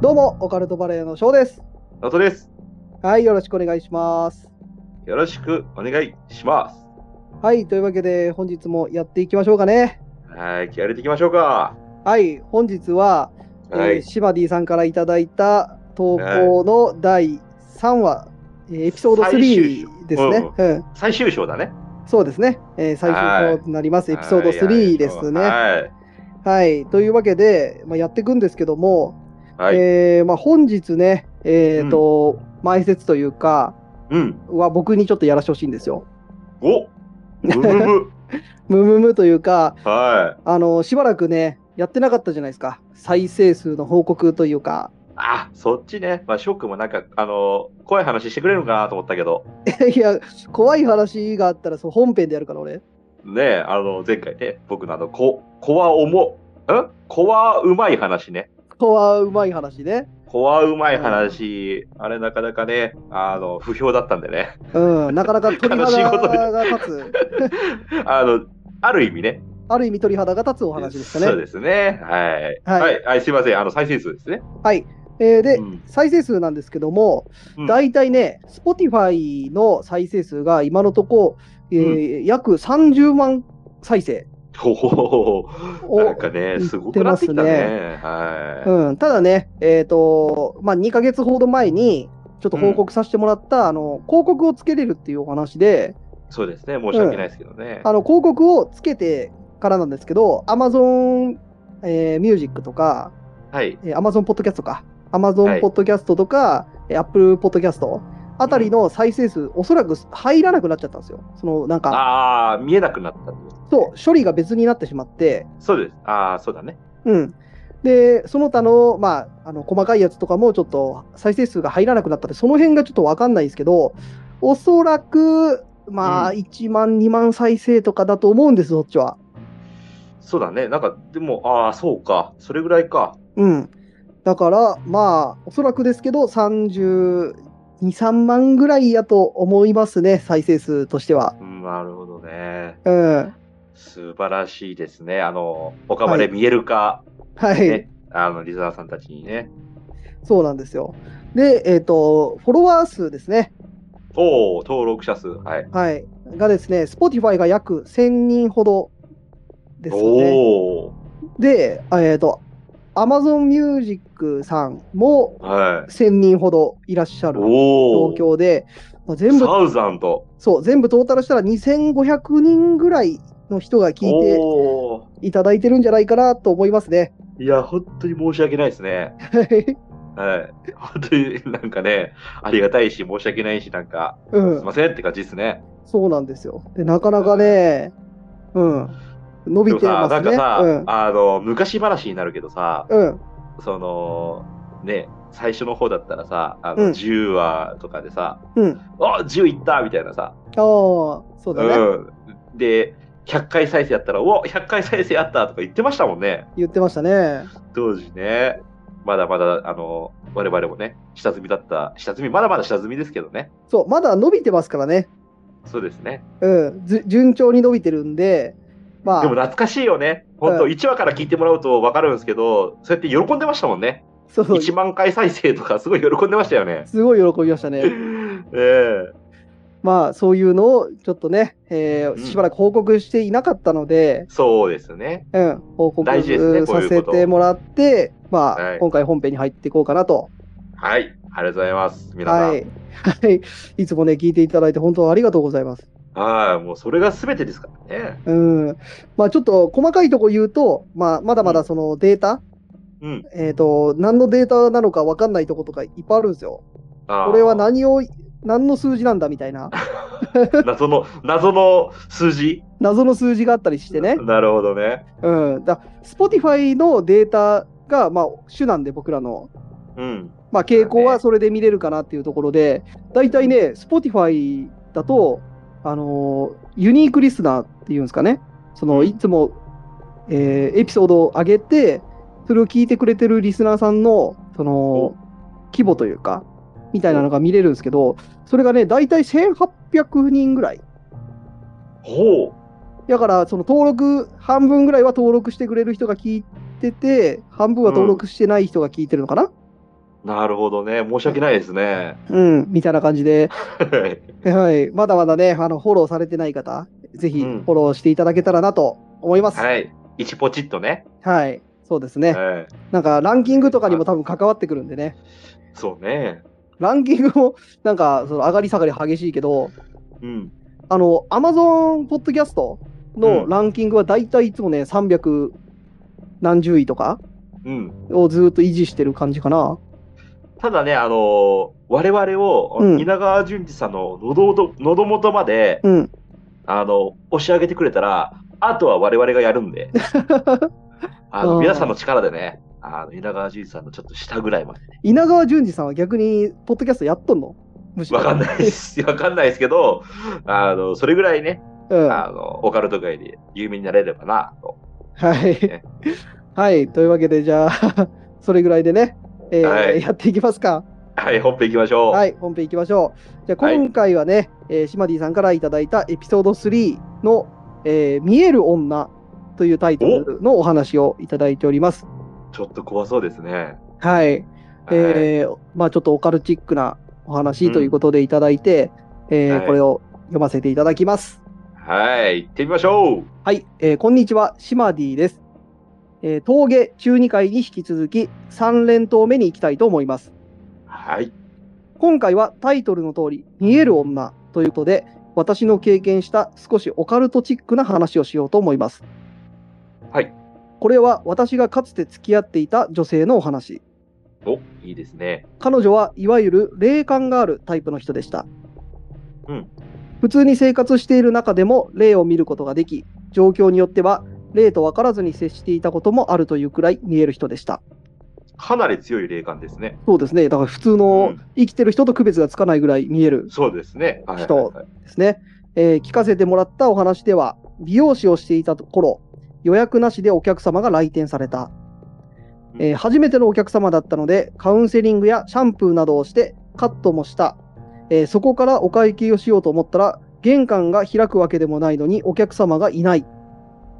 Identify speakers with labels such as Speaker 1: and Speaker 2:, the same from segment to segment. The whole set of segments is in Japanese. Speaker 1: どうも、オカルトバレーの翔です。
Speaker 2: ナオトです。
Speaker 1: はい、よろしくお願いします。
Speaker 2: よろしくお願いします。
Speaker 1: はい、というわけで、本日もやっていきましょうかね。
Speaker 2: はい、気合入れていきましょうか。
Speaker 1: はい、本日は、
Speaker 2: は
Speaker 1: えー
Speaker 2: い。
Speaker 1: シマディさんからいただいた投稿の第3話、えーエピソード
Speaker 2: 最終
Speaker 1: 3ですね。うん、
Speaker 2: 最終章だね。
Speaker 1: そうですね。えー最終章になります。エピソード3ですね。はい、
Speaker 2: はい。
Speaker 1: というわけで、まあ、やっていくんですけども、
Speaker 2: はい。
Speaker 1: えーまあ、本日ね、えっ、と、前説というか、
Speaker 2: うん。
Speaker 1: は僕にちょっとやらしてほしいんですよ。
Speaker 2: おブブブ。
Speaker 1: ムムムというか、
Speaker 2: はい。
Speaker 1: あのしばらくね、やってなかったじゃないですか、再生数の報告というか、
Speaker 2: あ、そっちね。まあ、ショックもなんか、あのー怖い話してくれるのかなと思ったけど、
Speaker 1: いや、怖い話があったら、そう本編でやるから、俺、
Speaker 2: ねえ、あの、前回ね、僕のあの、こ、怖おも、ん怖うまい話ね。
Speaker 1: 怖うまい話ね、
Speaker 2: 怖うまい話、あれなかなかね、あの、不評だったんでね。
Speaker 1: うん、なかなか鳥
Speaker 2: 悲しいことで
Speaker 1: 肌が立つ、
Speaker 2: あの、ある意味ね、
Speaker 1: ある意味鳥肌が立つお話でした
Speaker 2: そう
Speaker 1: ね。
Speaker 2: ですね。はい。
Speaker 1: はい
Speaker 2: はい。はい、すいません。あの、再生数ですね。
Speaker 1: はいえーで、
Speaker 2: うん
Speaker 1: 再生数なんですけども、
Speaker 2: うん
Speaker 1: 大体ね、Spotify の再生数が今のとこ、えー約30万再生
Speaker 2: ほほほほ。
Speaker 1: を
Speaker 2: なんかね、すごくなってきたね。
Speaker 1: 言
Speaker 2: は
Speaker 1: うん、ただね、えっ、と、まあ、2ヶ月ほど前に、ちょっと報告させてもらった、あの、広告をつけれるっていうお話で、
Speaker 2: い。そうですね。申し訳ないですけどね。
Speaker 1: あの、広告をつけてからなんですけど、Amazon、えー、Music とか、
Speaker 2: はい。
Speaker 1: えー Amazon Podcast とか、
Speaker 2: は
Speaker 1: Amazon
Speaker 2: い
Speaker 1: Podcast とか、えー Apple Podcast あたりの再生数、おそらく入らなくなっちゃったんですよ。その、なんか、
Speaker 2: ああ、見えなくなったってこと
Speaker 1: そう、処理が別になってしまって、
Speaker 2: そうです。ああ、そうだね。
Speaker 1: うん。で、その他の、まあ、あの、細かいやつとかもちょっと再生数が入らなくなったんで、その辺がちょっとわかんないんですけど、おそらく、まあ、
Speaker 2: う
Speaker 1: 1万、2万再生とかだと思うんです、そっちは。
Speaker 2: そうだね。なんか、でも、ああ、そうか。それぐらいか。
Speaker 1: うん。だから、まあ、おそらくですけど、32、3万ぐらいやと思いますね、再生数としては。
Speaker 2: うんなるほどね。
Speaker 1: うん。
Speaker 2: 素晴らしいですね。あの、岡場
Speaker 1: は
Speaker 2: で
Speaker 1: い
Speaker 2: 見えるか、
Speaker 1: はい。
Speaker 2: ね。あの、リザーさんたちにね。
Speaker 1: そうなんですよ。で、えっ、と、フォロワー数ですね。
Speaker 2: おお、登録者数。はい。
Speaker 1: はい。がですね、Spotify が約1000人ほどですよね。
Speaker 2: おお。
Speaker 1: で、えっ、と、Amazon Music さんも
Speaker 2: は
Speaker 1: 1000人ほどいらっしゃ
Speaker 2: い。
Speaker 1: る
Speaker 2: お
Speaker 1: 状
Speaker 2: お。
Speaker 1: 況で、まあ全部、
Speaker 2: サウザンと
Speaker 1: そう、全部トータルしたら2500人ぐらいの人が聞いて
Speaker 2: おー
Speaker 1: いただいてるんじゃないかなと思いますね。
Speaker 2: いや、本当に申し訳ないですね。はい。本当になんかね、ありがたいし、申し訳ないし、なんか、
Speaker 1: う
Speaker 2: すい
Speaker 1: ん、
Speaker 2: ませんって感じですね。
Speaker 1: そうなんですよ。で、なかなかね、うん、伸
Speaker 2: で
Speaker 1: び
Speaker 2: も
Speaker 1: て
Speaker 2: さ、
Speaker 1: ま
Speaker 2: な
Speaker 1: す
Speaker 2: んか
Speaker 1: ね。
Speaker 2: さ、
Speaker 1: うん、
Speaker 2: あの、昔話になるけどさ、
Speaker 1: うん、
Speaker 2: その、ね、最初の方だったらさ、あ
Speaker 1: うん
Speaker 2: の、10話とかでさ、
Speaker 1: うん。あ
Speaker 2: あ、10いったみたいなさ、
Speaker 1: あ、そうだね。
Speaker 2: うん。で、100回再生やったら、お100回再生やったとか言ってましたもんね。
Speaker 1: 言ってましたね。
Speaker 2: 当時ね。まだまだ、あの、我々もね、下積みだった、下積み、まだまだ下積みですけどね。
Speaker 1: そう、まだ伸びてますからね。
Speaker 2: そうですね。
Speaker 1: うん、ず順調に伸びてるんで、ま
Speaker 2: でも
Speaker 1: あ、
Speaker 2: 懐かしいよね。本当
Speaker 1: うん
Speaker 2: 1話から聞いてもらうと分かるんですけど、そうやって喜んでましたもんね。
Speaker 1: そうそう
Speaker 2: 1万回再生とか、すごい喜んでましたよね。
Speaker 1: すごい喜びましたね。
Speaker 2: ええ
Speaker 1: まあ、そういうのをちょっとね、えー
Speaker 2: うん
Speaker 1: しばらく報告していなかったので、
Speaker 2: そうですね。
Speaker 1: うん、報告
Speaker 2: 大事ですねこ
Speaker 1: さ
Speaker 2: ういうこと
Speaker 1: せてもらって、まあ、
Speaker 2: はい
Speaker 1: 今回本編に入っていこうかなと。
Speaker 2: はい。ありがとうございます。皆さん。
Speaker 1: は
Speaker 2: はい
Speaker 1: い。はい。 いつもね、聞いていただいて本当ありがとうございます。
Speaker 2: もうそれが全てですからね。
Speaker 1: うん。まあ、ちょっと細かいとこ言うと、まあ、まだまだそのデータ、
Speaker 2: うん。
Speaker 1: えっ、と、何のデータなのか分かんないとことかいっぱいあるんですよ。
Speaker 2: あー
Speaker 1: これは何を、何の数字なんだみたいな、
Speaker 2: 謎の、謎の数字
Speaker 1: 謎の数字があったりしてね。
Speaker 2: なるほどね。
Speaker 1: うん。だ Spotify のデータが、まあ、主なんで、僕らの。
Speaker 2: うん。
Speaker 1: まあ、傾向はそれで見れるかなっていうところで、大体ね、Spotify だと、あのーユニークリスナーっていうんですかね。その、いつも、えーエピソードを上げて、それを聞いてくれてるリスナーさんの、その、規模というか、みたいなのが見れるんですけど、それがね、大体1800人ぐらい。
Speaker 2: ほ
Speaker 1: だから、その登録、半分ぐらいは登録してくれる人が聞いてて、半分は登録してない人が聞いてるのかな、
Speaker 2: なるほどね。申し訳ないですね。
Speaker 1: うん、みたいな感じで、
Speaker 2: はい
Speaker 1: はい、まだまだね、あの、フォローされてない方、ぜひ
Speaker 2: う
Speaker 1: フ
Speaker 2: ん
Speaker 1: ォローしていただけたらなと思います。はい、
Speaker 2: はい。一ポチッとね。
Speaker 1: そうですね。
Speaker 2: はい。
Speaker 1: なんか、ランキングとかにも多分関わってくるんでね。
Speaker 2: そうね。
Speaker 1: ランキングも、なんか、その上がり下がり激しいけど、
Speaker 2: うん。
Speaker 1: あの、Amazon ポッドキャスト
Speaker 2: う
Speaker 1: の
Speaker 2: ん
Speaker 1: ランキングは大体いつもね、300何十位とか
Speaker 2: うん。
Speaker 1: をずっと維持してる感じかな。
Speaker 2: ただね、あのー我々を、
Speaker 1: うん
Speaker 2: 稲川淳二さんの喉元喉元まで、
Speaker 1: うん。
Speaker 2: あの、押し上げてくれたら、あとは我々がやる んで、あ
Speaker 1: う
Speaker 2: の、
Speaker 1: ん
Speaker 2: 皆さんの力でね、あの、稲川淳二さんのちょっと下ぐらいまでね。
Speaker 1: 稲川淳二さんは逆に、ポッドキャストやっとんのむしろ。
Speaker 2: わかんないです。わかんないですけど、あの、それぐらいね、
Speaker 1: うん。は
Speaker 2: あの、オカルト界で有名になれればな、と。
Speaker 1: い。はい。というわけで、じゃあ、 それぐらいでね、えー
Speaker 2: はい
Speaker 1: やっていきますか。
Speaker 2: はい、本編行きましょう。
Speaker 1: はい、本編いきましょう。じゃあ
Speaker 2: はい
Speaker 1: 今回はね、えーシマディさんからいただいたエピソード3の、えー見える女というタイトルのお話をいただいております。
Speaker 2: ちょっと怖そうですね。
Speaker 1: はい。えーまあちょっとオカルチックなお話ということでいただいて、えー
Speaker 2: はい
Speaker 1: これを読ませていただきます。
Speaker 2: はい、はい行ってみましょう。
Speaker 1: はい、えーこんにちは、シマディです。えー峠中2回に引き続き3連投目に行きたいと思います。
Speaker 2: はい。
Speaker 1: 今回はタイトルの通り、見える女ということで、私の経験した少しオカルトチックな話をしようと思います。
Speaker 2: はい。
Speaker 1: これは私がかつて付き合っていた女性のお話。
Speaker 2: お、いいですね。
Speaker 1: 彼女はいわゆる霊感があるタイプの人でした。
Speaker 2: うん
Speaker 1: 普通に生活している中でも霊を見ることができ、状況によっては霊と分からずに接していたこともあるというくらい見える人でした。
Speaker 2: かなり強い霊感ですね。
Speaker 1: そうですね。だから普通の
Speaker 2: うん
Speaker 1: 生きてる人と区別がつかないぐらい見える
Speaker 2: そうですね。はい
Speaker 1: 人
Speaker 2: はいはい
Speaker 1: ですね、えー聞かせてもらったお話では、美容師をしていた頃、予約なしでお客様が来店された、えー初めてのお客様だったので、カウンセリングやシャンプーなどをして、カットもした、えーそこからお会計をしようと思ったら、玄関が開くわけでもないのにお客様がいない。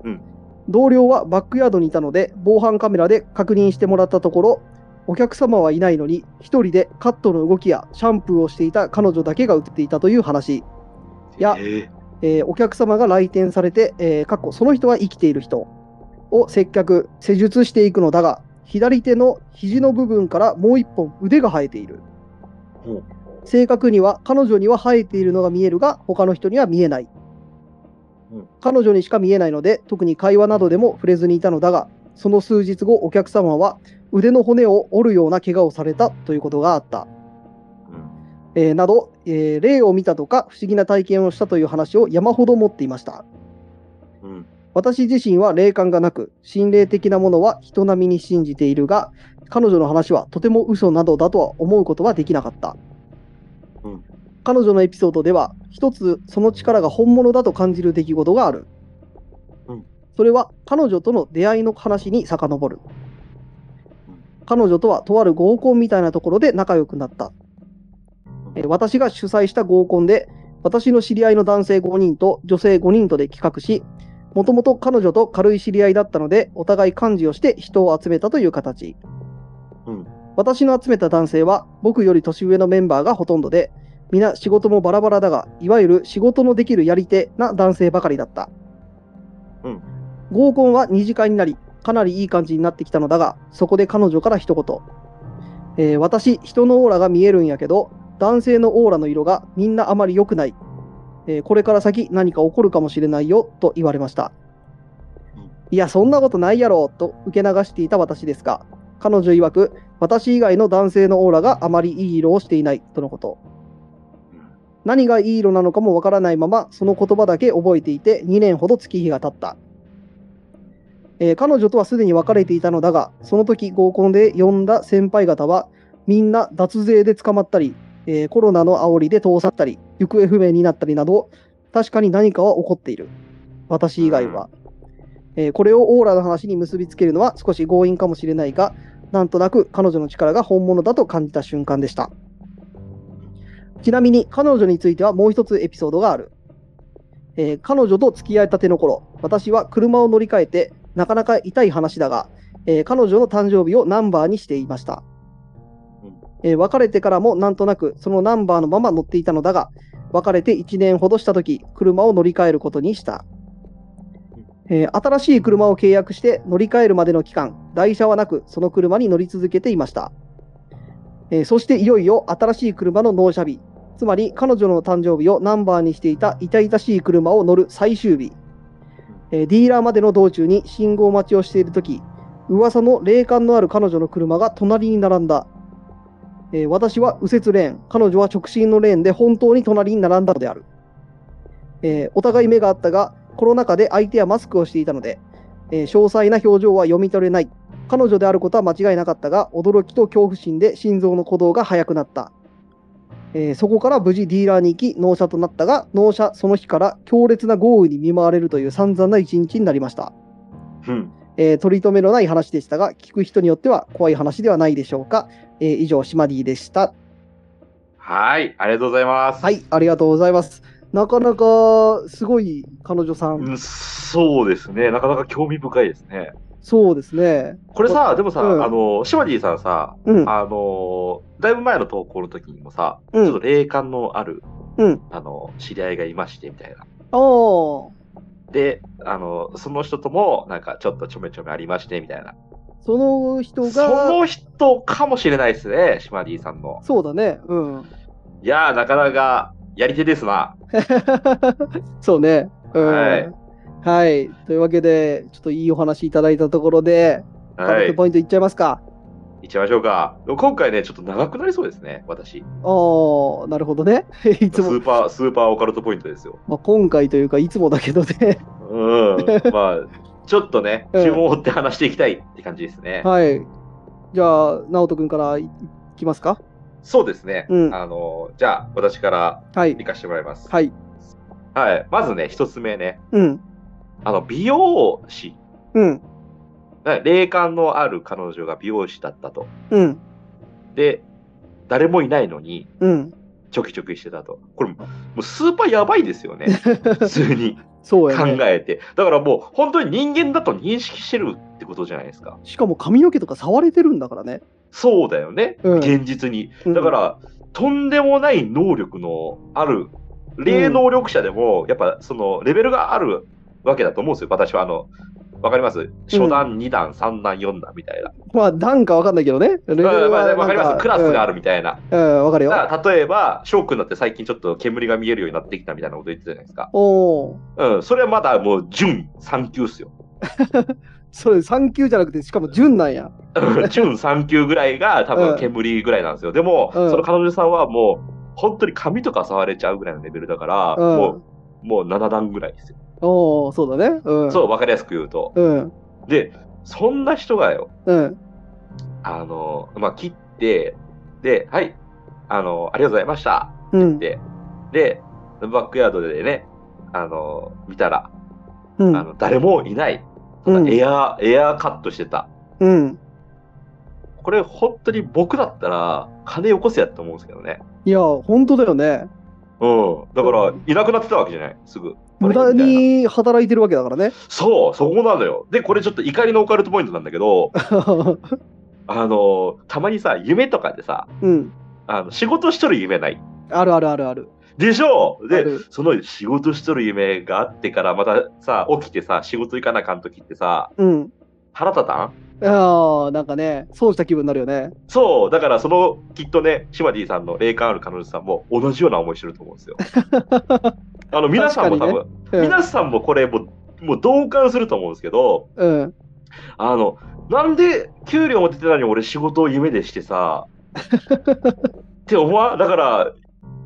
Speaker 2: うん
Speaker 1: 同僚はバックヤードにいたので、防犯カメラで確認してもらったところ、お客様はいないのに、一人でカットの動きやシャンプーをしていた彼女だけが映っていたという話。いや
Speaker 2: えー
Speaker 1: えーお客様が来店されて、えーかっこその人は生きている人を接客、施術していくのだが、左手の肘の部分からもう一本腕が生えている
Speaker 2: ほう。
Speaker 1: 正確には彼女には生えているのが見えるが、他の人には見えない
Speaker 2: うん。
Speaker 1: 彼女にしか見えないので、特に会話などでも触れずにいたのだが、その数日後、お客様は腕の骨を折るような怪我をされたということがあった。
Speaker 2: うん
Speaker 1: えーなど、えー霊を見たとか不思議な体験をしたという話を山ほど持っていました。
Speaker 2: うん
Speaker 1: 私自身は霊感がなく、心霊的なものは人並みに信じているが、彼女の話はとても嘘などだとは思うことはできなかった。
Speaker 2: うん
Speaker 1: 彼女のエピソードでは、一つその力が本物だと感じる出来事がある。
Speaker 2: うん
Speaker 1: それは彼女との出会いの話に遡る
Speaker 2: うん。
Speaker 1: 彼女とはとある合コンみたいなところで仲良くなった。えー私が主催した合コンで、私の知り合いの男性5人と女性5人とで企画し、もともと彼女と軽い知り合いだったので、お互い幹事をして人を集めたという形。
Speaker 2: うん
Speaker 1: 私の集めた男性は、僕より年上のメンバーがほとんどで、皆仕事もバラバラだが、いわゆる仕事のできるやり手な男性ばかりだった。
Speaker 2: うん
Speaker 1: 合コンは二次会になり、かなりいい感じになってきたのだが、そこで彼女から一言。えー私、人のオーラが見えるんやけど、男性のオーラの色がみんなあまり良くない。えーこれから先何か起こるかもしれないよと言われました
Speaker 2: うん。
Speaker 1: いや、そんなことないやろと受け流していた私ですが、彼女曰く、私以外の男性のオーラがあまりいい色をしていないとのこと。何がいい色なのかもわからないまま、その言葉だけ覚えていて、2年ほど月日が経った。えー彼女とはすでに別れていたのだが、その時合コンで呼んだ先輩方は、みんな脱税で捕まったり、えーコロナの煽りで通さったり、行方不明になったりなど、確かに何かは起こっている。私以外は。えーこれをオーラの話に結びつけるのは少し強引かもしれないが、なんとなく彼女の力が本物だと感じた瞬間でした。ちなみに彼女についてはもう一つエピソードがある。えー彼女と付き合いたての頃、私は車を乗り換えて、なかなか痛い話だが、えー彼女の誕生日をナンバーにしていました
Speaker 2: うん。
Speaker 1: えー別れてからもなんとなくそのナンバーのまま乗っていたのだが、別れて1年ほどしたとき、車を乗り換えることにした。えー新しい車を契約して乗り換えるまでの期間、台車はなく、その車に乗り続けていました。えーそしていよいよ新しい車の納車日、つまり彼女の誕生日をナンバーにしていた痛々しい車を乗る最終日、えーディーラーまでの道中に信号待ちをしているとき、噂の霊感のある彼女の車が隣に並んだ。えー私は右折レーン、彼女は直進のレーンで本当に隣に並んだのである。えーお互い目が合ったが、コロナ禍で相手はマスクをしていたので、えー詳細な表情は読み取れない。彼女であることは間違いなかったが、驚きと恐怖心で心臓の鼓動が速くなった。えーそこから無事ディーラーに行き、納車となったが、納車その日から強烈な豪雨に見舞われるという散々な一日になりました。
Speaker 2: うん。
Speaker 1: えー取り留めのない話でしたが、聞く人によっては怖い話ではないでしょうか。えー以上、シマディでした。
Speaker 2: はい、ありがとうございます。
Speaker 1: はい、ありがとうございます。なかなかすごい彼女さん。
Speaker 2: うんそうですね、なかなか興味深いですね。
Speaker 1: そうですね。
Speaker 2: これさ、でもさ、
Speaker 1: うん
Speaker 2: あの、シマディさんさ、
Speaker 1: うん、
Speaker 2: あの、だいぶ前の投稿の時にもさ、
Speaker 1: う
Speaker 2: ちょっ
Speaker 1: ん
Speaker 2: と、霊感のある、
Speaker 1: うん。
Speaker 2: あの、知り合いがいまして、みたいな。
Speaker 1: ああ。
Speaker 2: で、あの、その人とも、なんか、ちょっとちょめちょめありまして、みたいな。
Speaker 1: その人
Speaker 2: そ
Speaker 1: が、
Speaker 2: の人かもしれないですね、シマディさんの。
Speaker 1: そうだね。うん。
Speaker 2: いやー、なかなか、やり手ですな。
Speaker 1: そうね。うん。
Speaker 2: はい
Speaker 1: はい。というわけで、ちょっといいお話いただいたところで、
Speaker 2: は
Speaker 1: 彼
Speaker 2: い
Speaker 1: 女。ポイントいっちゃいますか。
Speaker 2: いっちゃいましょうか。今回ね、ちょっと長くなりそうですね、私。
Speaker 1: ああ、なるほどね。 い
Speaker 2: ス
Speaker 1: つも、
Speaker 2: ーパー、スーパーオカルトポイントですよ。
Speaker 1: まあ、今回というか、いつもだけど ね。
Speaker 2: うん。まあ、ちょっとね、
Speaker 1: うん
Speaker 2: 注文を追って話していきたいって感じですね。
Speaker 1: はい。じゃあ、直人君からいいきますか。
Speaker 2: そうですね。
Speaker 1: うん
Speaker 2: あの、じゃあ、私から
Speaker 1: はい
Speaker 2: 行。かせてもらいます。
Speaker 1: はい。
Speaker 2: はい。まずね、一つ目ね、
Speaker 1: うん。
Speaker 2: あの、美容師。
Speaker 1: うん。
Speaker 2: はい霊感のある彼女が美容師だったと。
Speaker 1: うん。
Speaker 2: で、誰もいないのに、
Speaker 1: うん。
Speaker 2: ちょきちょきしてたと。これ、もうスーパーやばいで すよね。普通に
Speaker 1: そう
Speaker 2: 考
Speaker 1: やね。
Speaker 2: えて。だからもう、本当に人間だと認識してるってことじゃないですか。
Speaker 1: しかも髪の毛とか触れてるんだからね。
Speaker 2: そうだよね。
Speaker 1: うん
Speaker 2: 現実に。
Speaker 1: うん
Speaker 2: だから、とんでもない能力のある、霊能力者でも、やっぱそのレベルがあるわけだと思うんですよ。私は、あの、わかります初段、二段、三段、四段みたいな。
Speaker 1: まあ、段かわかんないけどね。レベル
Speaker 2: まあまあ
Speaker 1: は
Speaker 2: わかりますクラスがあ
Speaker 1: る。
Speaker 2: るみたいな。
Speaker 1: うん、うんわかる
Speaker 2: だ
Speaker 1: よ。
Speaker 2: から例えば、翔くんだって最近ちょっと煙が見えるようになってきたみたいなこと言ってたじゃないですか。
Speaker 1: おお。
Speaker 2: うん、それはまだもう、準3級っすよ。
Speaker 1: それ3級じゃなくて、しかも順なんや。
Speaker 2: うん準3級ぐらいが多
Speaker 1: うん
Speaker 2: 分煙ぐらいなんですよ。でも、
Speaker 1: うん
Speaker 2: その彼女さんはもう、本当に髪とか触れちゃうぐらいのレベルだから、
Speaker 1: うん
Speaker 2: もう、もう7段ぐらいですよ。
Speaker 1: おお、そうだね。うん。
Speaker 2: そう、わかりやすく言うと。
Speaker 1: う。うん。
Speaker 2: で、そんな人がよ、
Speaker 1: うん。
Speaker 2: あの、まあ、切って、で、はい、あの、ありがとうございました。
Speaker 1: うん。
Speaker 2: で、で、バックヤードでね、あの、見たら、
Speaker 1: うん。
Speaker 2: あの、誰もいない。
Speaker 1: うん
Speaker 2: エアー、エアーカットしてた。
Speaker 1: うん。
Speaker 2: これ、本当に僕だったら、金よこせやって思うんですけどね。
Speaker 1: いや、本当だよね。
Speaker 2: うん。だから、いなくなってたわけじゃない、すぐ。
Speaker 1: 無駄
Speaker 2: みたいな
Speaker 1: に働いてるわけだからね。
Speaker 2: そう、そこなのよ。で、これちょっと怒りのオカルトポイントなんだけど、あの、たまにさ、夢とかでさ、
Speaker 1: うん。
Speaker 2: あの仕事しとる夢ない。
Speaker 1: あるあるあるある。
Speaker 2: でしょう
Speaker 1: あ
Speaker 2: で
Speaker 1: る、
Speaker 2: その仕事しとる夢があってから、またさ、起きてさ、仕事行かなあかんときってさ、
Speaker 1: うん。
Speaker 2: 腹立たん
Speaker 1: ああ、なんかね、損した気分になるよね。
Speaker 2: そう、だからその、きっとね、シマディさんの霊感ある彼女さんも同じような思いしてると思うん ですよ。あの、皆さんも多分、
Speaker 1: うん
Speaker 2: 皆さんもこれもう、もう同感すると思うんですけど、
Speaker 1: うん。
Speaker 2: あの、なんで給料も出てないのに俺仕事を夢でして さ、って思わ、だから、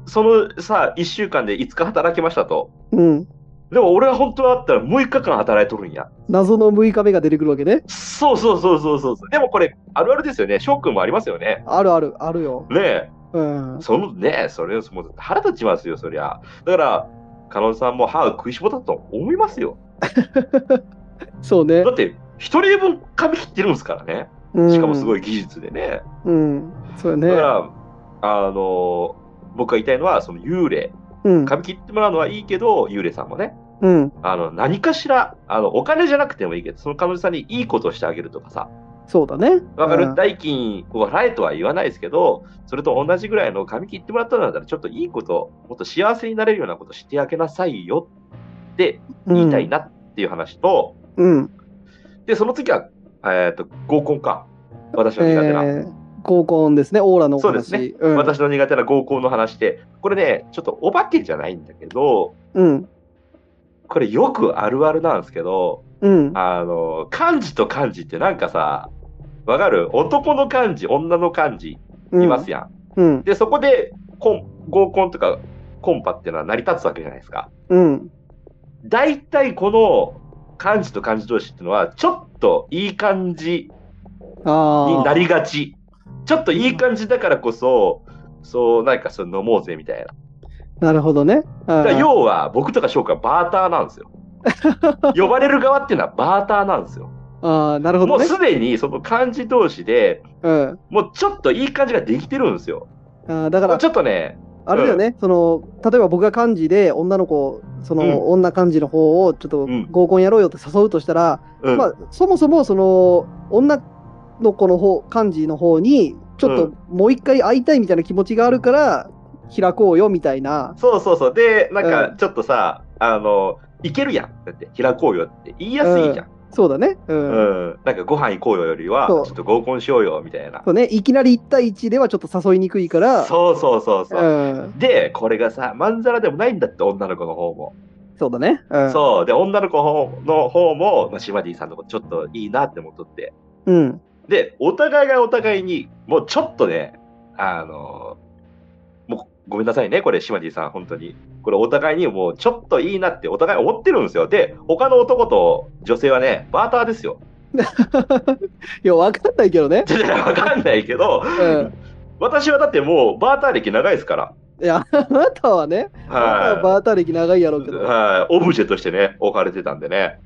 Speaker 2: そのさ、1週間で5日働きましたと。
Speaker 1: うん。
Speaker 2: でも俺は本当だったら6日間働いとるんや。
Speaker 1: 謎の6日目が出てくるわけね。
Speaker 2: そうそうそうそうそうそう。でもこれ、あるあるですよね。翔くんもありますよね。
Speaker 1: あるある、あるよ。
Speaker 2: ね
Speaker 1: うん
Speaker 2: え、。そのねえ、それ、もう腹立ちますよ、そりゃ。だから、カノンさんも歯を食いしぼったと思いますよ。
Speaker 1: そうね
Speaker 2: だ。って、一人分髪切ってるんですからね。しかもす
Speaker 1: い。
Speaker 2: ごい技術でね。
Speaker 1: うん。そうよね
Speaker 2: だか。ら、あの、僕が言いたいのは、その幽霊、
Speaker 1: うん。
Speaker 2: 髪切ってもらうのはいいけど、幽霊さんもね、
Speaker 1: うん。
Speaker 2: あの何かしら、あのお金じゃなくてもいいけど、その彼女さんにいいことをしてあげるとかさ、
Speaker 1: そうだね。
Speaker 2: わか
Speaker 1: う
Speaker 2: る
Speaker 1: ん
Speaker 2: 代金を払えとは言わないですけど、それと同じぐらいの髪切ってもらったんだったら、ちょっといいこと、もっと幸せになれるようなことしてあげなさいよって言いたいなっていう話と、
Speaker 1: うん。
Speaker 2: で、その次は、えっ、と、合コンか。私
Speaker 1: え
Speaker 2: の苦手な。
Speaker 1: ー、合コンですね、オーラのお話。
Speaker 2: そうですね
Speaker 1: うん、
Speaker 2: 私の苦手な合コンの話で、これね、ちょっとお化けじゃないんだけど、
Speaker 1: うん。
Speaker 2: これよくあるあるなんですけど、
Speaker 1: うん。
Speaker 2: あの、漢字と漢字ってなんかさ、わかる男の漢字、女の漢字いますやん。
Speaker 1: うん。
Speaker 2: で、そこでコン、合コンとかコンパっていうのは成り立つわけじゃないですか。
Speaker 1: うん。
Speaker 2: 大体この漢字と漢字同士っていうのは、ちょっといい感じ
Speaker 1: あ
Speaker 2: に
Speaker 1: あ
Speaker 2: な。りがち。ちょっといい感じだからこそ、そう、なんかそれ飲もうぜみたいな。
Speaker 1: なるほどね。
Speaker 2: だから
Speaker 1: あ
Speaker 2: 要は、僕とか翔くんはバーターな んですよ。呼ばれる側っていうのはバーターなんですよ。
Speaker 1: あー、なるほ
Speaker 2: も
Speaker 1: どね。
Speaker 2: うすでにその漢字同士で、
Speaker 1: うん。あ
Speaker 2: もうちょっといい感じができてるんですよ。
Speaker 1: ーだか
Speaker 2: も
Speaker 1: ら
Speaker 2: うち、ょっとね、
Speaker 1: あれだよね、その、例えば僕が漢字で、女の子、その、
Speaker 2: うん
Speaker 1: 女漢字の方を、ちょっと
Speaker 2: うん
Speaker 1: 合コンやろうよって誘うとしたら、
Speaker 2: うん
Speaker 1: まあ、そもそも、その、女の子の方、漢字の方に、ちょっ
Speaker 2: う
Speaker 1: ともう一回会いたいみたいな気持ちがあるから、開こうよみたいな。
Speaker 2: そうそうそう。で、なん
Speaker 1: う
Speaker 2: かちょっとさ、あの、いけるやん。だって、開こうよって言いやすいじゃん。
Speaker 1: そうだね。う。
Speaker 2: うんん。なんかご飯行こうよよりは、ち
Speaker 1: そ
Speaker 2: ょ
Speaker 1: う
Speaker 2: っと合コンしようよみたいな。
Speaker 1: そうね、いきなり1対1ではちょっと誘いにくいから、
Speaker 2: そうそうそうそう。
Speaker 1: うん、
Speaker 2: で、これがさ、まんざらでもないんだって、女の子の方も。
Speaker 1: そうだね。うん、
Speaker 2: そう。で、女の子の方も、まあ、シマディさんのことちょっといいなって思っとって。
Speaker 1: うん。
Speaker 2: で、お互いがお互いに、もうちょっとね、あのもうごめんなさいね、これ、シマディさん、本当に。これ、お互いにもうちょっといいなって、お互い思ってるんですよ。で、他の男と女性はね、バーターですよ。
Speaker 1: いや、わかんないけどね。
Speaker 2: じゃじゃわかんないけど、
Speaker 1: うん。
Speaker 2: 私はだってもうバーター歴長いですから。
Speaker 1: いや、あなたはね、あなたは
Speaker 2: は
Speaker 1: バーター歴長いやろう
Speaker 2: い。
Speaker 1: けど、
Speaker 2: はい、オブジェとしてね、置かれてたんでね。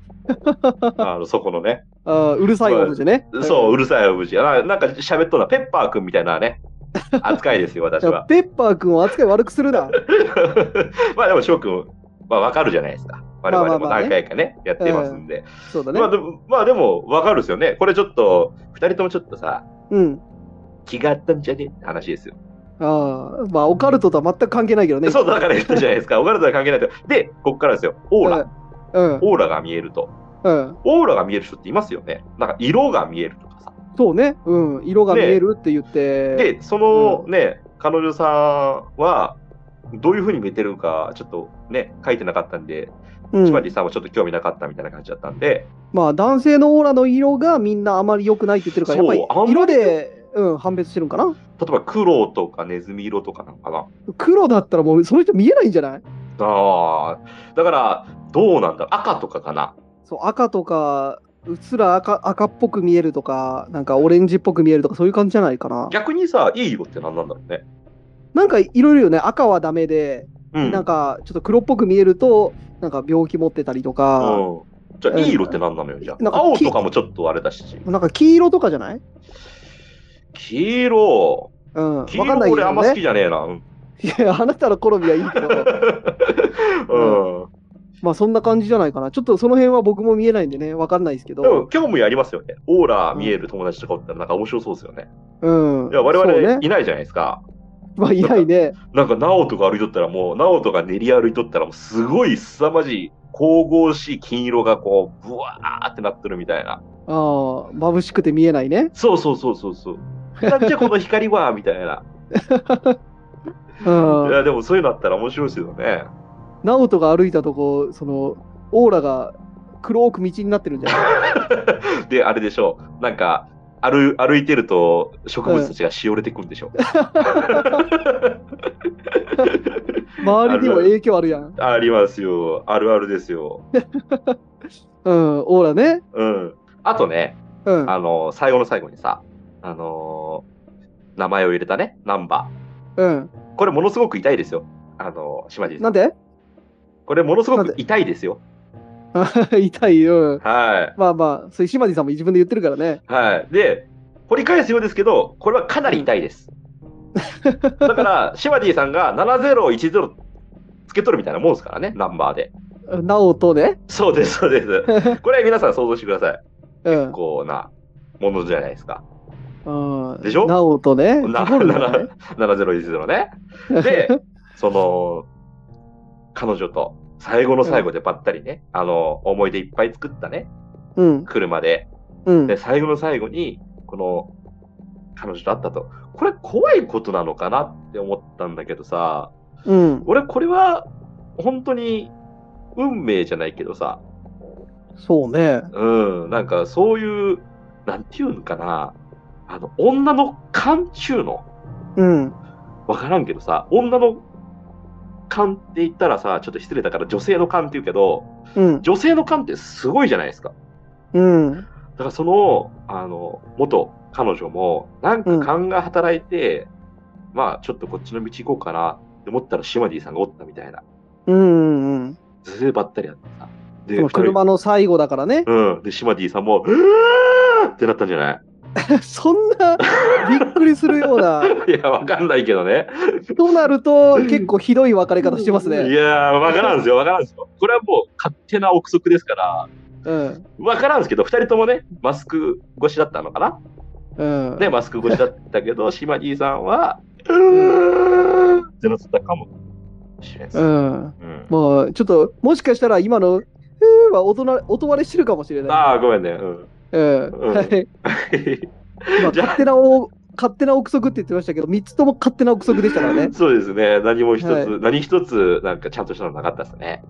Speaker 2: あのそこのね。
Speaker 1: あーうるさいオブジェね。
Speaker 2: そう、うるさいオブジェ。ななんか喋っとるのはペッパーくんみたいなね、扱いですよ、私
Speaker 1: い
Speaker 2: は
Speaker 1: や。ペッパー君を扱い悪くする な。
Speaker 2: まあでも翔くん、まあわかるじゃないですか。我々も
Speaker 1: まあまあまあね
Speaker 2: 何回かね、やってますんで。
Speaker 1: そうだね
Speaker 2: ま。あでも、まあでもわかるですよね。これちょっと、二人ともちょっとさ、
Speaker 1: うん。
Speaker 2: 気があったんじゃねって話ですよ。
Speaker 1: ああ、まあ、オカルトとは全く関係ないけどね。
Speaker 2: そうだから言ったじゃないですか。オカルトは関係ないと。で、ここからですよ。オーラ。
Speaker 1: うん。
Speaker 2: オーラが見えると。
Speaker 1: うん。
Speaker 2: オーラが見える人っていますよね。なんか色が見えるとかさ。
Speaker 1: そうね。うん。色が見えるって言って。
Speaker 2: で、そのね、彼女さんは、どういうふうに見えてるか、ちょっとね、書いてなかったんで、
Speaker 1: うん
Speaker 2: 千葉りさんはちょっと興味なかったみたいな感じだったんで、
Speaker 1: まあ、男性のオーラの色がみんなあまり良くないって言ってるから、や
Speaker 2: そ
Speaker 1: っ
Speaker 2: う
Speaker 1: ぱ
Speaker 2: あ
Speaker 1: り
Speaker 2: んまり
Speaker 1: 色で、うん、判別してるんかな。
Speaker 2: 例えば黒とかネズミ色とかなのかな。
Speaker 1: 黒だったらもうその人見えないんじゃない
Speaker 2: あーだから、どうなんだろう赤とかかな。
Speaker 1: そう、赤とか、うっすら赤赤っぽく見えるとか、なんかオレンジっぽく見えるとか、そういう感じじゃないかな。
Speaker 2: 逆にさ、いい色って何なんだろうね。
Speaker 1: なんかいろいろよね、赤はダメで、
Speaker 2: うん。
Speaker 1: なんかちょっと黒っぽく見えると、なんか病気持ってたりとか、
Speaker 2: うん、じゃあ、いい色って何なのよ、じゃ
Speaker 1: なん
Speaker 2: あ。
Speaker 1: か
Speaker 2: 青とかもちょっとあれだし。
Speaker 1: なんか黄色とかじゃない
Speaker 2: 黄色。
Speaker 1: うん、わ
Speaker 2: 黄
Speaker 1: かんない
Speaker 2: 色
Speaker 1: け
Speaker 2: 俺あ
Speaker 1: ど
Speaker 2: んま好き
Speaker 1: ね。
Speaker 2: じゃねえな。うん。
Speaker 1: いや、あなたの好みはいいけど、
Speaker 2: うん
Speaker 1: まあそんな感じじゃないかな。ちょっとその辺は僕も見えないんでね、わかんないですけ
Speaker 2: でも
Speaker 1: ど。
Speaker 2: 興味ありますよね。オーラ見える友達とかおったらなんか面白そうですよね。
Speaker 1: うん。
Speaker 2: いや我
Speaker 1: そう
Speaker 2: 々
Speaker 1: ね。
Speaker 2: いないじゃないですか。
Speaker 1: まあいないね。
Speaker 2: なんか、ナオとか歩いとったら、もう、ナオとか練り歩いとったら、もう、すごい凄まじい、神々しい金色がこう、ブワーってなってるみたいな。
Speaker 1: ああ、眩しくて見えないね。
Speaker 2: そうそうそうそうそう。なんじゃこの光は、みたいな。
Speaker 1: うん
Speaker 2: い。や、でもそういうのあったら面白いですよね。
Speaker 1: ナオトが歩いたとこ、その、オーラが黒く道になってるんじゃ ない
Speaker 2: で、あれでしょう。なんか、歩歩いてると、植物たちがしおれてくんでしょ。
Speaker 1: 周りにも影響あるやん。
Speaker 2: ありますよ。あるあるですよ。
Speaker 1: うん、オーラね。
Speaker 2: うん。あとね、
Speaker 1: うん。
Speaker 2: あの、最後の最後にさ、あの名前を入れたね、ナンバー。
Speaker 1: うん。
Speaker 2: これものすごく痛いですよ。あの、島地
Speaker 1: な
Speaker 2: さ
Speaker 1: ん
Speaker 2: ん。
Speaker 1: で
Speaker 2: これものすご
Speaker 1: なん
Speaker 2: く痛いですよ。
Speaker 1: 痛い。うん。
Speaker 2: は
Speaker 1: まあまあ、そういう島地さんも自分で言ってるからね。
Speaker 2: い。はい。で、掘り返すようですけど、これはかなり痛 いです。だから、シマディさんが7010つけとるみたいなもんですからね、ナンバーで。
Speaker 1: ナオトね。
Speaker 2: そうです、そうです。これ皆さん想像してください。
Speaker 1: うん。
Speaker 2: こうな、ものじゃないですか。
Speaker 1: うん。
Speaker 2: でしょ
Speaker 1: なおとね、
Speaker 2: な
Speaker 1: 残るんじゃない
Speaker 2: 7010ね。 で、その、彼女と最後の最後でばったりね、あの、思い出いっぱい作ったね、
Speaker 1: うん。
Speaker 2: 車で。
Speaker 1: うん。
Speaker 2: で、最後の最後に、この、彼女と会ったと。これ怖いことなのかなって思ったんだけどさ、
Speaker 1: うん。
Speaker 2: 俺これは、本当に、運命じゃないけどさ、
Speaker 1: そうね。
Speaker 2: うん、なんかそういう、なんていうのかな、あの、女の勘ちゅうの、
Speaker 1: うん。
Speaker 2: わからんけどさ、女の勘って言ったらさ、ちょっと失礼だから女性の勘って言うけど、
Speaker 1: うん。
Speaker 2: 女性の勘ってすごいじゃないですか。
Speaker 1: うん。
Speaker 2: だからその、あの、元彼女も、なんか勘が働いて、まあちょっとこっちの道行こうかなって思ったらシマディさんがおったみたいな。
Speaker 1: うんうん。うん。
Speaker 2: ずればったりやってさ。で
Speaker 1: その車の最後だからね。
Speaker 2: うん。で、シマディさんも、うわーってなったんじゃない
Speaker 1: そんなびっくりするような。
Speaker 2: いや、わかんないけどね。
Speaker 1: となると、結構ひどい別れ方してます
Speaker 2: い
Speaker 1: ね。
Speaker 2: やー、わからんですよ、わからんですよ。これはもう勝手な憶測ですから、
Speaker 1: うん。
Speaker 2: わからんですけど、二人ともね、マスク越しだったのかな。
Speaker 1: うん。
Speaker 2: ね、マスク越しだったけど、シマディさんは、うーんってなってたかもしれないです。
Speaker 1: うん。
Speaker 2: うん
Speaker 1: もう、ちょっと、もしかしたら今の、うーは音な音割れしてるかもしれない。
Speaker 2: ああ、ごめんね。うん。
Speaker 1: うん。
Speaker 2: うん
Speaker 1: はい。今、
Speaker 2: じゃあ。
Speaker 1: 勝手なお、勝手な憶測って言ってましたけど、3つとも勝手な憶測でしたからね
Speaker 2: そうですね。何も一つ、
Speaker 1: はい
Speaker 2: 何一つ、なんかちゃんとしたのなかったですね。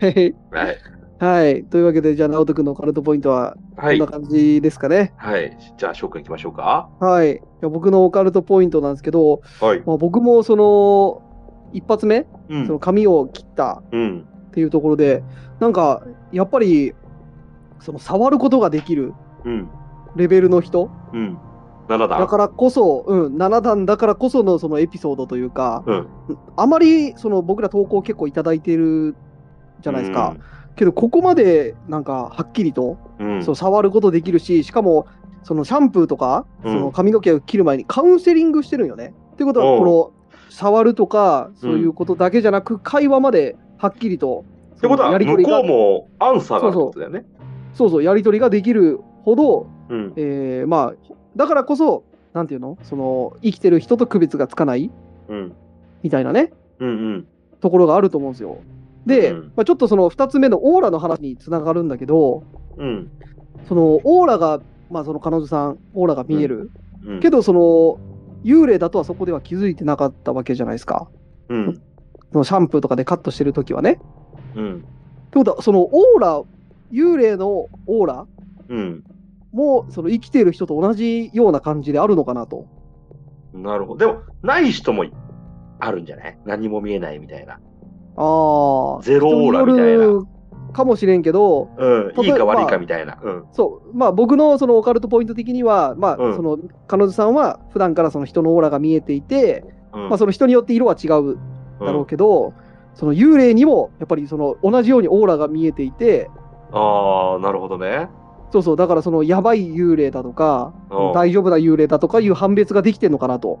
Speaker 1: はい
Speaker 2: はい。
Speaker 1: はい。というわけで、じゃあ、直人君のオカルトポイントは、
Speaker 2: は
Speaker 1: こん
Speaker 2: い
Speaker 1: な。感じですかね。
Speaker 2: はい。じゃあ、翔くん行きましょうか。
Speaker 1: はい。いや僕のオカルトポイントなんですけど、
Speaker 2: はい。
Speaker 1: まあ、僕も、その、一発目、
Speaker 2: う
Speaker 1: その
Speaker 2: ん。
Speaker 1: 髪を切った
Speaker 2: うん。
Speaker 1: っていうところで、なんか、やっぱり、その、触ることができる
Speaker 2: うん。
Speaker 1: レベルの人、
Speaker 2: うん。7
Speaker 1: だ
Speaker 2: 段。
Speaker 1: からこそ、うん、7段だからこそのそのエピソードというか、
Speaker 2: うん。
Speaker 1: あまりその僕ら投稿結構いただいてるじゃないですか。
Speaker 2: うん。
Speaker 1: けど、ここまでなんかはっきりと、
Speaker 2: うん
Speaker 1: そう触ることできるし、しかもそのシャンプーとか、
Speaker 2: うん
Speaker 1: その髪の毛を切る前にカウンセリングしてるんよね。っていうことは、
Speaker 2: おう
Speaker 1: この触るとか、そういうことだけじゃなく、会話まではっきりと、
Speaker 2: っ
Speaker 1: そ
Speaker 2: て
Speaker 1: の
Speaker 2: ことは、
Speaker 1: やりと
Speaker 2: 向
Speaker 1: りが
Speaker 2: こうもアンサーがあるってことだよね。
Speaker 1: そうそう、やり取りができるほど、
Speaker 2: うん。
Speaker 1: えーまあ、だからこそ、なんていうのその生きてる人と区別がつかない
Speaker 2: うん。
Speaker 1: みたいなね、
Speaker 2: うん。うん。
Speaker 1: ところがあると思うんですよ。で、
Speaker 2: うん
Speaker 1: まあ、ちょっとその2つ目のオーラの話につながるんだけど、
Speaker 2: うん。
Speaker 1: そのオーラが、まあ、その彼女さん、オーラが見える、
Speaker 2: うん。
Speaker 1: けど、その幽霊だとはそこでは気づいてなかったわけじゃないですか、
Speaker 2: うん。
Speaker 1: そのシャンプーとかでカットしてるときはね。
Speaker 2: う
Speaker 1: っ
Speaker 2: ん。
Speaker 1: てことは、そのオーラ、幽霊のオーラ
Speaker 2: うん。
Speaker 1: もその生きてる人と同じような感じであるのかなと。
Speaker 2: なるほど。でも、ない人もあるんじゃない何も見えないみたいな。
Speaker 1: ああ、
Speaker 2: ゼロオーラみたいな
Speaker 1: 人によるかもしれんけど、
Speaker 2: うん。いいか悪いかみたいな。うん。
Speaker 1: そう、まあ僕のそのオカルトポイント的には、まあ
Speaker 2: うん
Speaker 1: その彼女さんは普段からその人のオーラが見えていて、
Speaker 2: うん
Speaker 1: まあその人によって色は違うだろうけど、その幽霊にもやっぱりその同じようにオーラが見えていて、
Speaker 2: ああ、なるほどね。
Speaker 1: そうそう、だからそのやばい幽霊だとか、
Speaker 2: うん
Speaker 1: 大丈夫な幽霊だとかいう判別ができてるのかなと。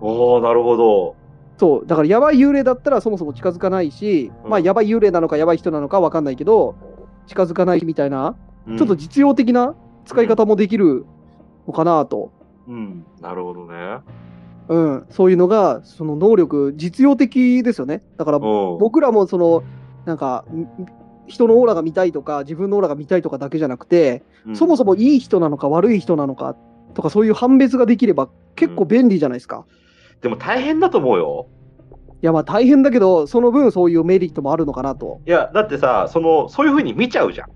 Speaker 2: おおなるほど。
Speaker 1: そう、だからやばい幽霊だったらそもそも近づかないし、
Speaker 2: うん
Speaker 1: まあやばい幽霊なのかやばい人なのかわかんないけど、近づかないみたいな
Speaker 2: うん
Speaker 1: ちょっと、実用的な使い方もできるのかなと、
Speaker 2: うん、なるほどね。
Speaker 1: うん、そういうのがその能力実用的ですよねだから
Speaker 2: う
Speaker 1: 僕らもそのなんかん人のオーラが見たいとか自分のオーラが見たいとかだけじゃなくて、
Speaker 2: ん、
Speaker 1: そも
Speaker 2: そ
Speaker 1: そもいい人なのか悪い人なのかとかそういう判別ができれば結構便利じゃないですか、
Speaker 2: も。でも大変だと思うよ。
Speaker 1: いやまあ大変だけどその分そういうメリットもあるのかなと
Speaker 2: いや、だってさ、その、そういうふうに見ちゃうじゃん。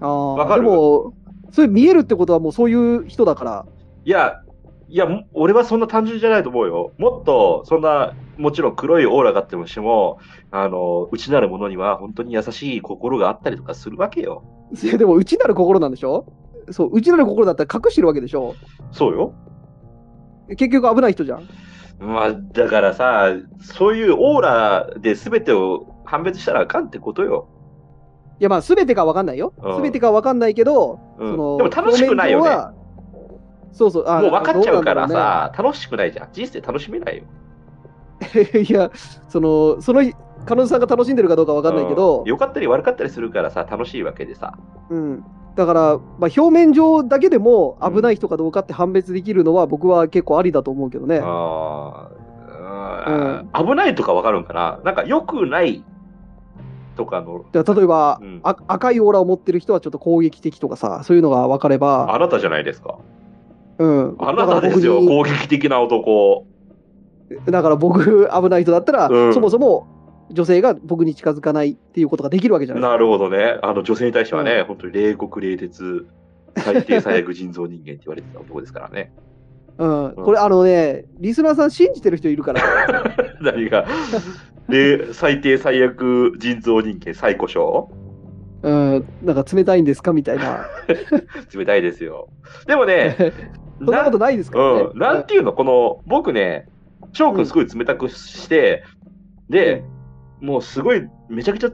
Speaker 1: あー
Speaker 2: わかる
Speaker 1: でもそれ見えるってことはもうそういう人だから
Speaker 2: いや、いや、も俺はそんな単純じゃないと思うよ。もっと、そんな、もちろん黒いオーラがあってもしても、あの、内なるものには本当に優しい心があったりとかするわけよ。
Speaker 1: いやでも、内なる心なんでしょそう、内なる心だったら隠してるわけでしょ
Speaker 2: そうよ。
Speaker 1: 結局危ない人じゃん。
Speaker 2: まあ、だからさ、そういうオーラで全てを判別したらあかんってことよ。
Speaker 1: いや、まあ、すべてがわかんないよ
Speaker 2: う。ん
Speaker 1: すべてがわかんないけど、
Speaker 2: うん
Speaker 1: その、
Speaker 2: でも楽しくないよね
Speaker 1: 表面上は。そうそう、あ
Speaker 2: もう分かっちゃうから。
Speaker 1: どなん
Speaker 2: さ、楽しくないじゃん。人生楽しめないよ。
Speaker 1: だろうね いや、その、その、彼女さんが楽しんでるかどうかわかんないけど
Speaker 2: うん、良かったり悪かったりするからさ、楽しいわけでさ。
Speaker 1: うん。だから、まあ、表面上だけでも危ない人かどうかって判別できるのは僕は結構ありだと思うけどね。
Speaker 2: あーあー危ないとかわかるんかななんか良くないとかの、
Speaker 1: だから例えば、
Speaker 2: うん
Speaker 1: あ赤いオーラを持ってる人はちょっと攻撃的とかさそういうのが分かれば、
Speaker 2: あなたじゃないですか。
Speaker 1: うん、
Speaker 2: あなたですよ、
Speaker 1: だから
Speaker 2: 攻撃的な男。
Speaker 1: 僕にだから僕危ない人だったら、
Speaker 2: うん
Speaker 1: そもそも女性が僕に近づかないっていうことができるわけじゃないですか
Speaker 2: なるほどね。あの女性に対してはね、
Speaker 1: う
Speaker 2: 本当に冷酷冷徹、最低最悪人造人間って言われてた男ですからね。
Speaker 1: うん、これあのねリスナーさん信じてる人いるから
Speaker 2: 何が。で、最低最悪人造人間、最古症
Speaker 1: うんなんか冷たいんですかみたいな
Speaker 2: 冷たいですよ。でもね、
Speaker 1: そんなことないですからね、
Speaker 2: うん、なんていうの、この、僕ね、翔くんすごい冷たくして、で、もうすごい、めちゃくちゃ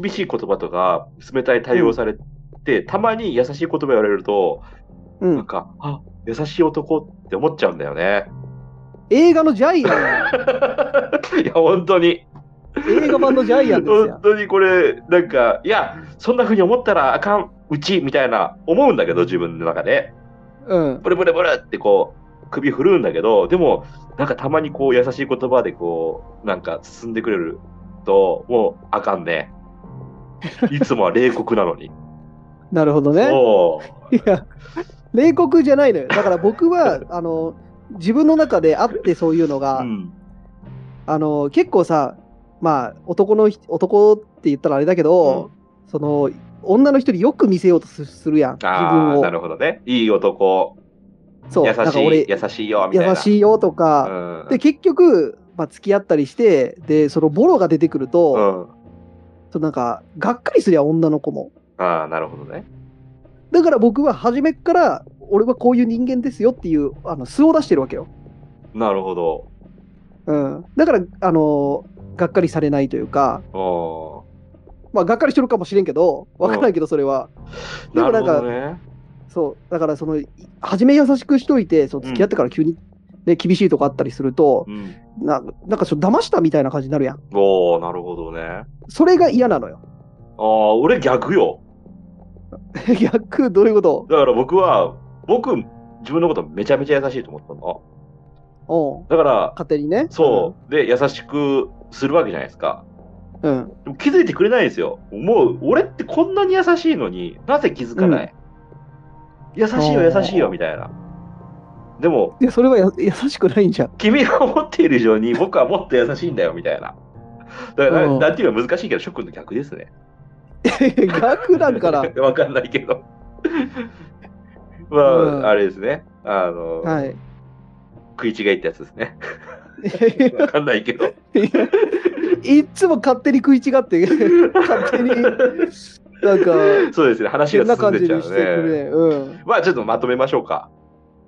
Speaker 2: 厳しい言葉とか、冷たい対応されて、たまに優しい言葉言われると、
Speaker 1: うん
Speaker 2: なんか、あ優しい男って思っちゃうんだよね。
Speaker 1: 映画のジャイアン
Speaker 2: いや、本当に。
Speaker 1: 映画版のジャイアンです
Speaker 2: 本
Speaker 1: よ、
Speaker 2: 当にこれ、なんか、いや、そんな風に思ったらあかん、うち、みたいな、思うんだけど、自分の中で。
Speaker 1: うん、
Speaker 2: ブルブルブルってこう首振るんだけどでもなんかたまにこう優しい言葉でこうなんか包んでくれるともうあかん ねいつもは冷酷なのに
Speaker 1: なるほどね
Speaker 2: そう
Speaker 1: いや、冷酷じゃないのよ。だから僕は、 あの、自分の中であってそういうのが、
Speaker 2: うん
Speaker 1: あの、結構さ、まあ、男のひ、男って言ったらあれだけど、その、女の人によく見せようとすするやん、自
Speaker 2: あ
Speaker 1: 分
Speaker 2: あ
Speaker 1: を
Speaker 2: な。るほどねいい男
Speaker 1: そう、
Speaker 2: 優
Speaker 1: なん
Speaker 2: し
Speaker 1: か
Speaker 2: い
Speaker 1: 俺、
Speaker 2: 優しいよみたいな
Speaker 1: 優しいよとか。
Speaker 2: うん
Speaker 1: で、結局、まあ、付き合ったりして、で、そのボロが出てくる
Speaker 2: う
Speaker 1: と、
Speaker 2: ん
Speaker 1: そのなんか、がっかりすりゃ女の子も。
Speaker 2: ああなるほどね
Speaker 1: だから僕は初めっから、俺はこういう人間ですよっていう、あの、素を出してるわけよ。
Speaker 2: なるほど
Speaker 1: うん、だから、あのーがっかりされないというか、
Speaker 2: お
Speaker 1: まあ、がっかりしてるかもしれんけど、わからないけど、それは。で
Speaker 2: な
Speaker 1: もな
Speaker 2: る
Speaker 1: ん
Speaker 2: ほど
Speaker 1: か、
Speaker 2: ね
Speaker 1: そう、だから、その、い初め優しくしといて、その付き合ってから急に、ね、厳しいとこあったりすると、
Speaker 2: うん
Speaker 1: ななんか、ちょっと騙したみたいな感じになるやん。
Speaker 2: おおなるほどねあ
Speaker 1: それが嫌なのよ。
Speaker 2: あ俺逆よ
Speaker 1: 逆、どういうこ
Speaker 2: だから僕は僕自分のことめちゃめちゃ優しいと思ったの
Speaker 1: とうん。
Speaker 2: だから
Speaker 1: 勝手にね。
Speaker 2: そう。で、優しくするわけじゃないですか。
Speaker 1: うん。うん。
Speaker 2: でも気づいてくれないですよ。もう、俺ってこんなに優しいのになぜ気づかない、優しいよ、
Speaker 1: あー
Speaker 2: 優しいよ、みたいな。でも、
Speaker 1: いや、それはや優しくないん じゃん。
Speaker 2: 君が思っている以上に僕はもっと優しいんだよ、みたいな。だから、
Speaker 1: う
Speaker 2: なんなんていうか難しいけど、諸君の逆ですね。
Speaker 1: 逆なんか ら。
Speaker 2: わかんないけど。まあ、
Speaker 1: うん
Speaker 2: あれですね。あの、
Speaker 1: はい。
Speaker 2: 食い違いってやつですね。わかんないけど。
Speaker 1: いっつも勝手に食い違 って、勝手に、なんか、
Speaker 2: そうですね、話
Speaker 1: そんな
Speaker 2: が進
Speaker 1: 感
Speaker 2: んで
Speaker 1: じ
Speaker 2: っ
Speaker 1: に
Speaker 2: ちゃう
Speaker 1: してく
Speaker 2: ね。
Speaker 1: ね。うん。
Speaker 2: まあ、ちょっとまとめましょうか。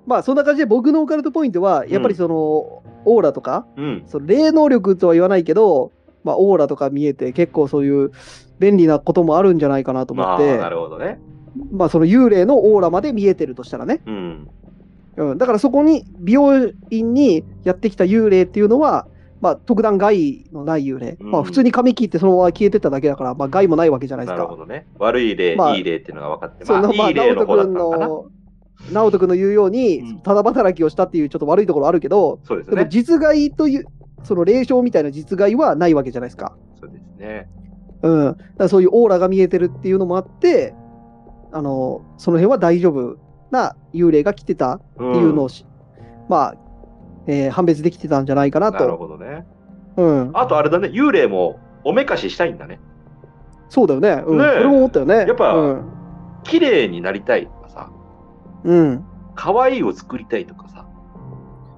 Speaker 1: まあそんな感じで僕のオカルトポイントは、やっぱりその、オーラとか、
Speaker 2: うん。
Speaker 1: その霊能力とは言わないけど、まあオーラとか見えて結構そういう便利なこともあるんじゃないかなと思っ
Speaker 2: まあ、
Speaker 1: て、
Speaker 2: なるほどね。
Speaker 1: まあその幽霊のオーラまで見えてるとしたらね。
Speaker 2: うん。
Speaker 1: うん。だからそこに美容院にやってきた幽霊っていうのは、まあ特段害のない幽霊。
Speaker 2: うん
Speaker 1: まあ普通に髪切ってそのまま消えてっただけだから、まあ害もないわけじゃないで
Speaker 2: な
Speaker 1: す
Speaker 2: る
Speaker 1: か
Speaker 2: ほ。どね。悪い例、
Speaker 1: まあ
Speaker 2: いい例っていうのが分かって、
Speaker 1: そのま
Speaker 2: い
Speaker 1: あ、
Speaker 2: い例
Speaker 1: 直
Speaker 2: の
Speaker 1: 人
Speaker 2: 方だった
Speaker 1: 君
Speaker 2: のかな。
Speaker 1: の、直人君の言うよう
Speaker 2: うん
Speaker 1: に、ただ働きをしたっていうちょっと悪いところあるけど、
Speaker 2: そうです
Speaker 1: でも
Speaker 2: ね。
Speaker 1: 実害という、その霊障みたいな実害はないわけじゃないですか。
Speaker 2: そうですね。
Speaker 1: うん。だからそういうオーラが見えてるっていうのもあって、あの、その辺は大丈夫な幽霊が来てたっ
Speaker 2: って
Speaker 1: ていうのをし、まあ、えー判別できてたんじゃないかな
Speaker 2: なる
Speaker 1: と。
Speaker 2: ほどね。
Speaker 1: うん。
Speaker 2: あとあれだね、幽霊もおめかししたいんだね。
Speaker 1: そうだよね。うん。
Speaker 2: ねえ
Speaker 1: それも思ったよね。
Speaker 2: やっぱ
Speaker 1: うん。
Speaker 2: 綺麗になりたいとかさ、
Speaker 1: うん
Speaker 2: 可愛いを作りたいとかさ、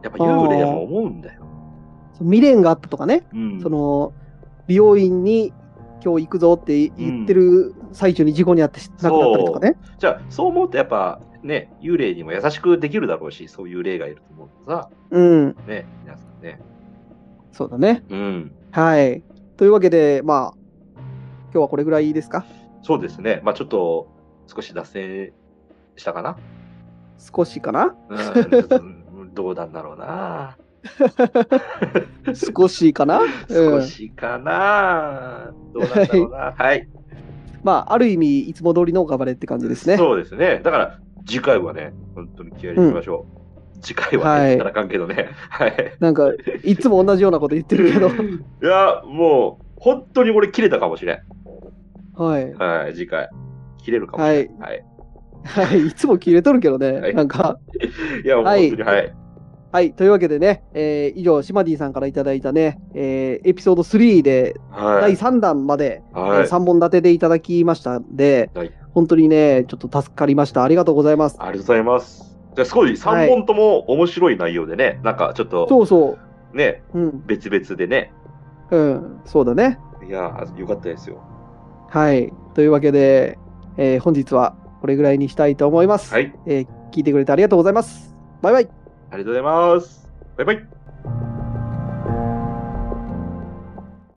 Speaker 2: やっぱ幽霊も思うんだよ。
Speaker 1: 未練があったとかね。
Speaker 2: うん。
Speaker 1: その美容院に今日行くぞって言ってる最中に事故にあって亡くなったりとかね。
Speaker 2: じゃあ、そう思うとやっぱね、幽霊にも優しくできるだろうし、そういう霊がいると思うとさ、
Speaker 1: うん、
Speaker 2: ね、皆さんね。
Speaker 1: そうだね。
Speaker 2: うん。
Speaker 1: はい。というわけで、まあ、今日はこれぐらいですか
Speaker 2: そうですね。まあちょっと少し脱線したかな。
Speaker 1: 少しか な
Speaker 2: うんちょっと どうなんだろうな。
Speaker 1: 少しかな、うん
Speaker 2: 少しかな。どうなんだろうな。はい。
Speaker 1: まあ、ある意味、いつも通りの頑張れって感じですね。
Speaker 2: そうですね。だから、次回はね、本当に気合い入れていきましょう。次回は
Speaker 1: は
Speaker 2: ね、
Speaker 1: い
Speaker 2: 言ったらあかんけどね。はい。
Speaker 1: なんか、いつも同じようなこと言ってる けど、
Speaker 2: いや、もう、本当に俺、切れたかもしれん。
Speaker 1: はい。
Speaker 2: はい、次回。切れるかもしれん。はい。
Speaker 1: はい。いつも切れとるけどね、
Speaker 2: はい
Speaker 1: なんか。
Speaker 2: い、や、もう
Speaker 1: は
Speaker 2: 本
Speaker 1: い
Speaker 2: 当に、はい。
Speaker 1: はい。というわけでね、えー以上、シマディさんからいただいたね、えーエピソード3で、
Speaker 2: は
Speaker 1: 第
Speaker 2: い。
Speaker 1: 3弾まで、
Speaker 2: は
Speaker 1: え
Speaker 2: い。
Speaker 1: 3本立てでいただきましたんで、
Speaker 2: はい
Speaker 1: 本当にね、ちょっと助かりました。ありがとうございます。
Speaker 2: ありがとうございます。ですごい3本とも面白い内容でね、なんかちょっと
Speaker 1: そうそ
Speaker 2: ね、
Speaker 1: う。うん。
Speaker 2: 別々でね、
Speaker 1: うん。そうだね。
Speaker 2: いやー、よかったですよ。
Speaker 1: はい。というわけで、えー本日はこれぐらいにしたいと思います。
Speaker 2: はい、あり
Speaker 1: えー聞いてくれてありがとうございます。バイバイ。
Speaker 2: がとうございます。バイバイ。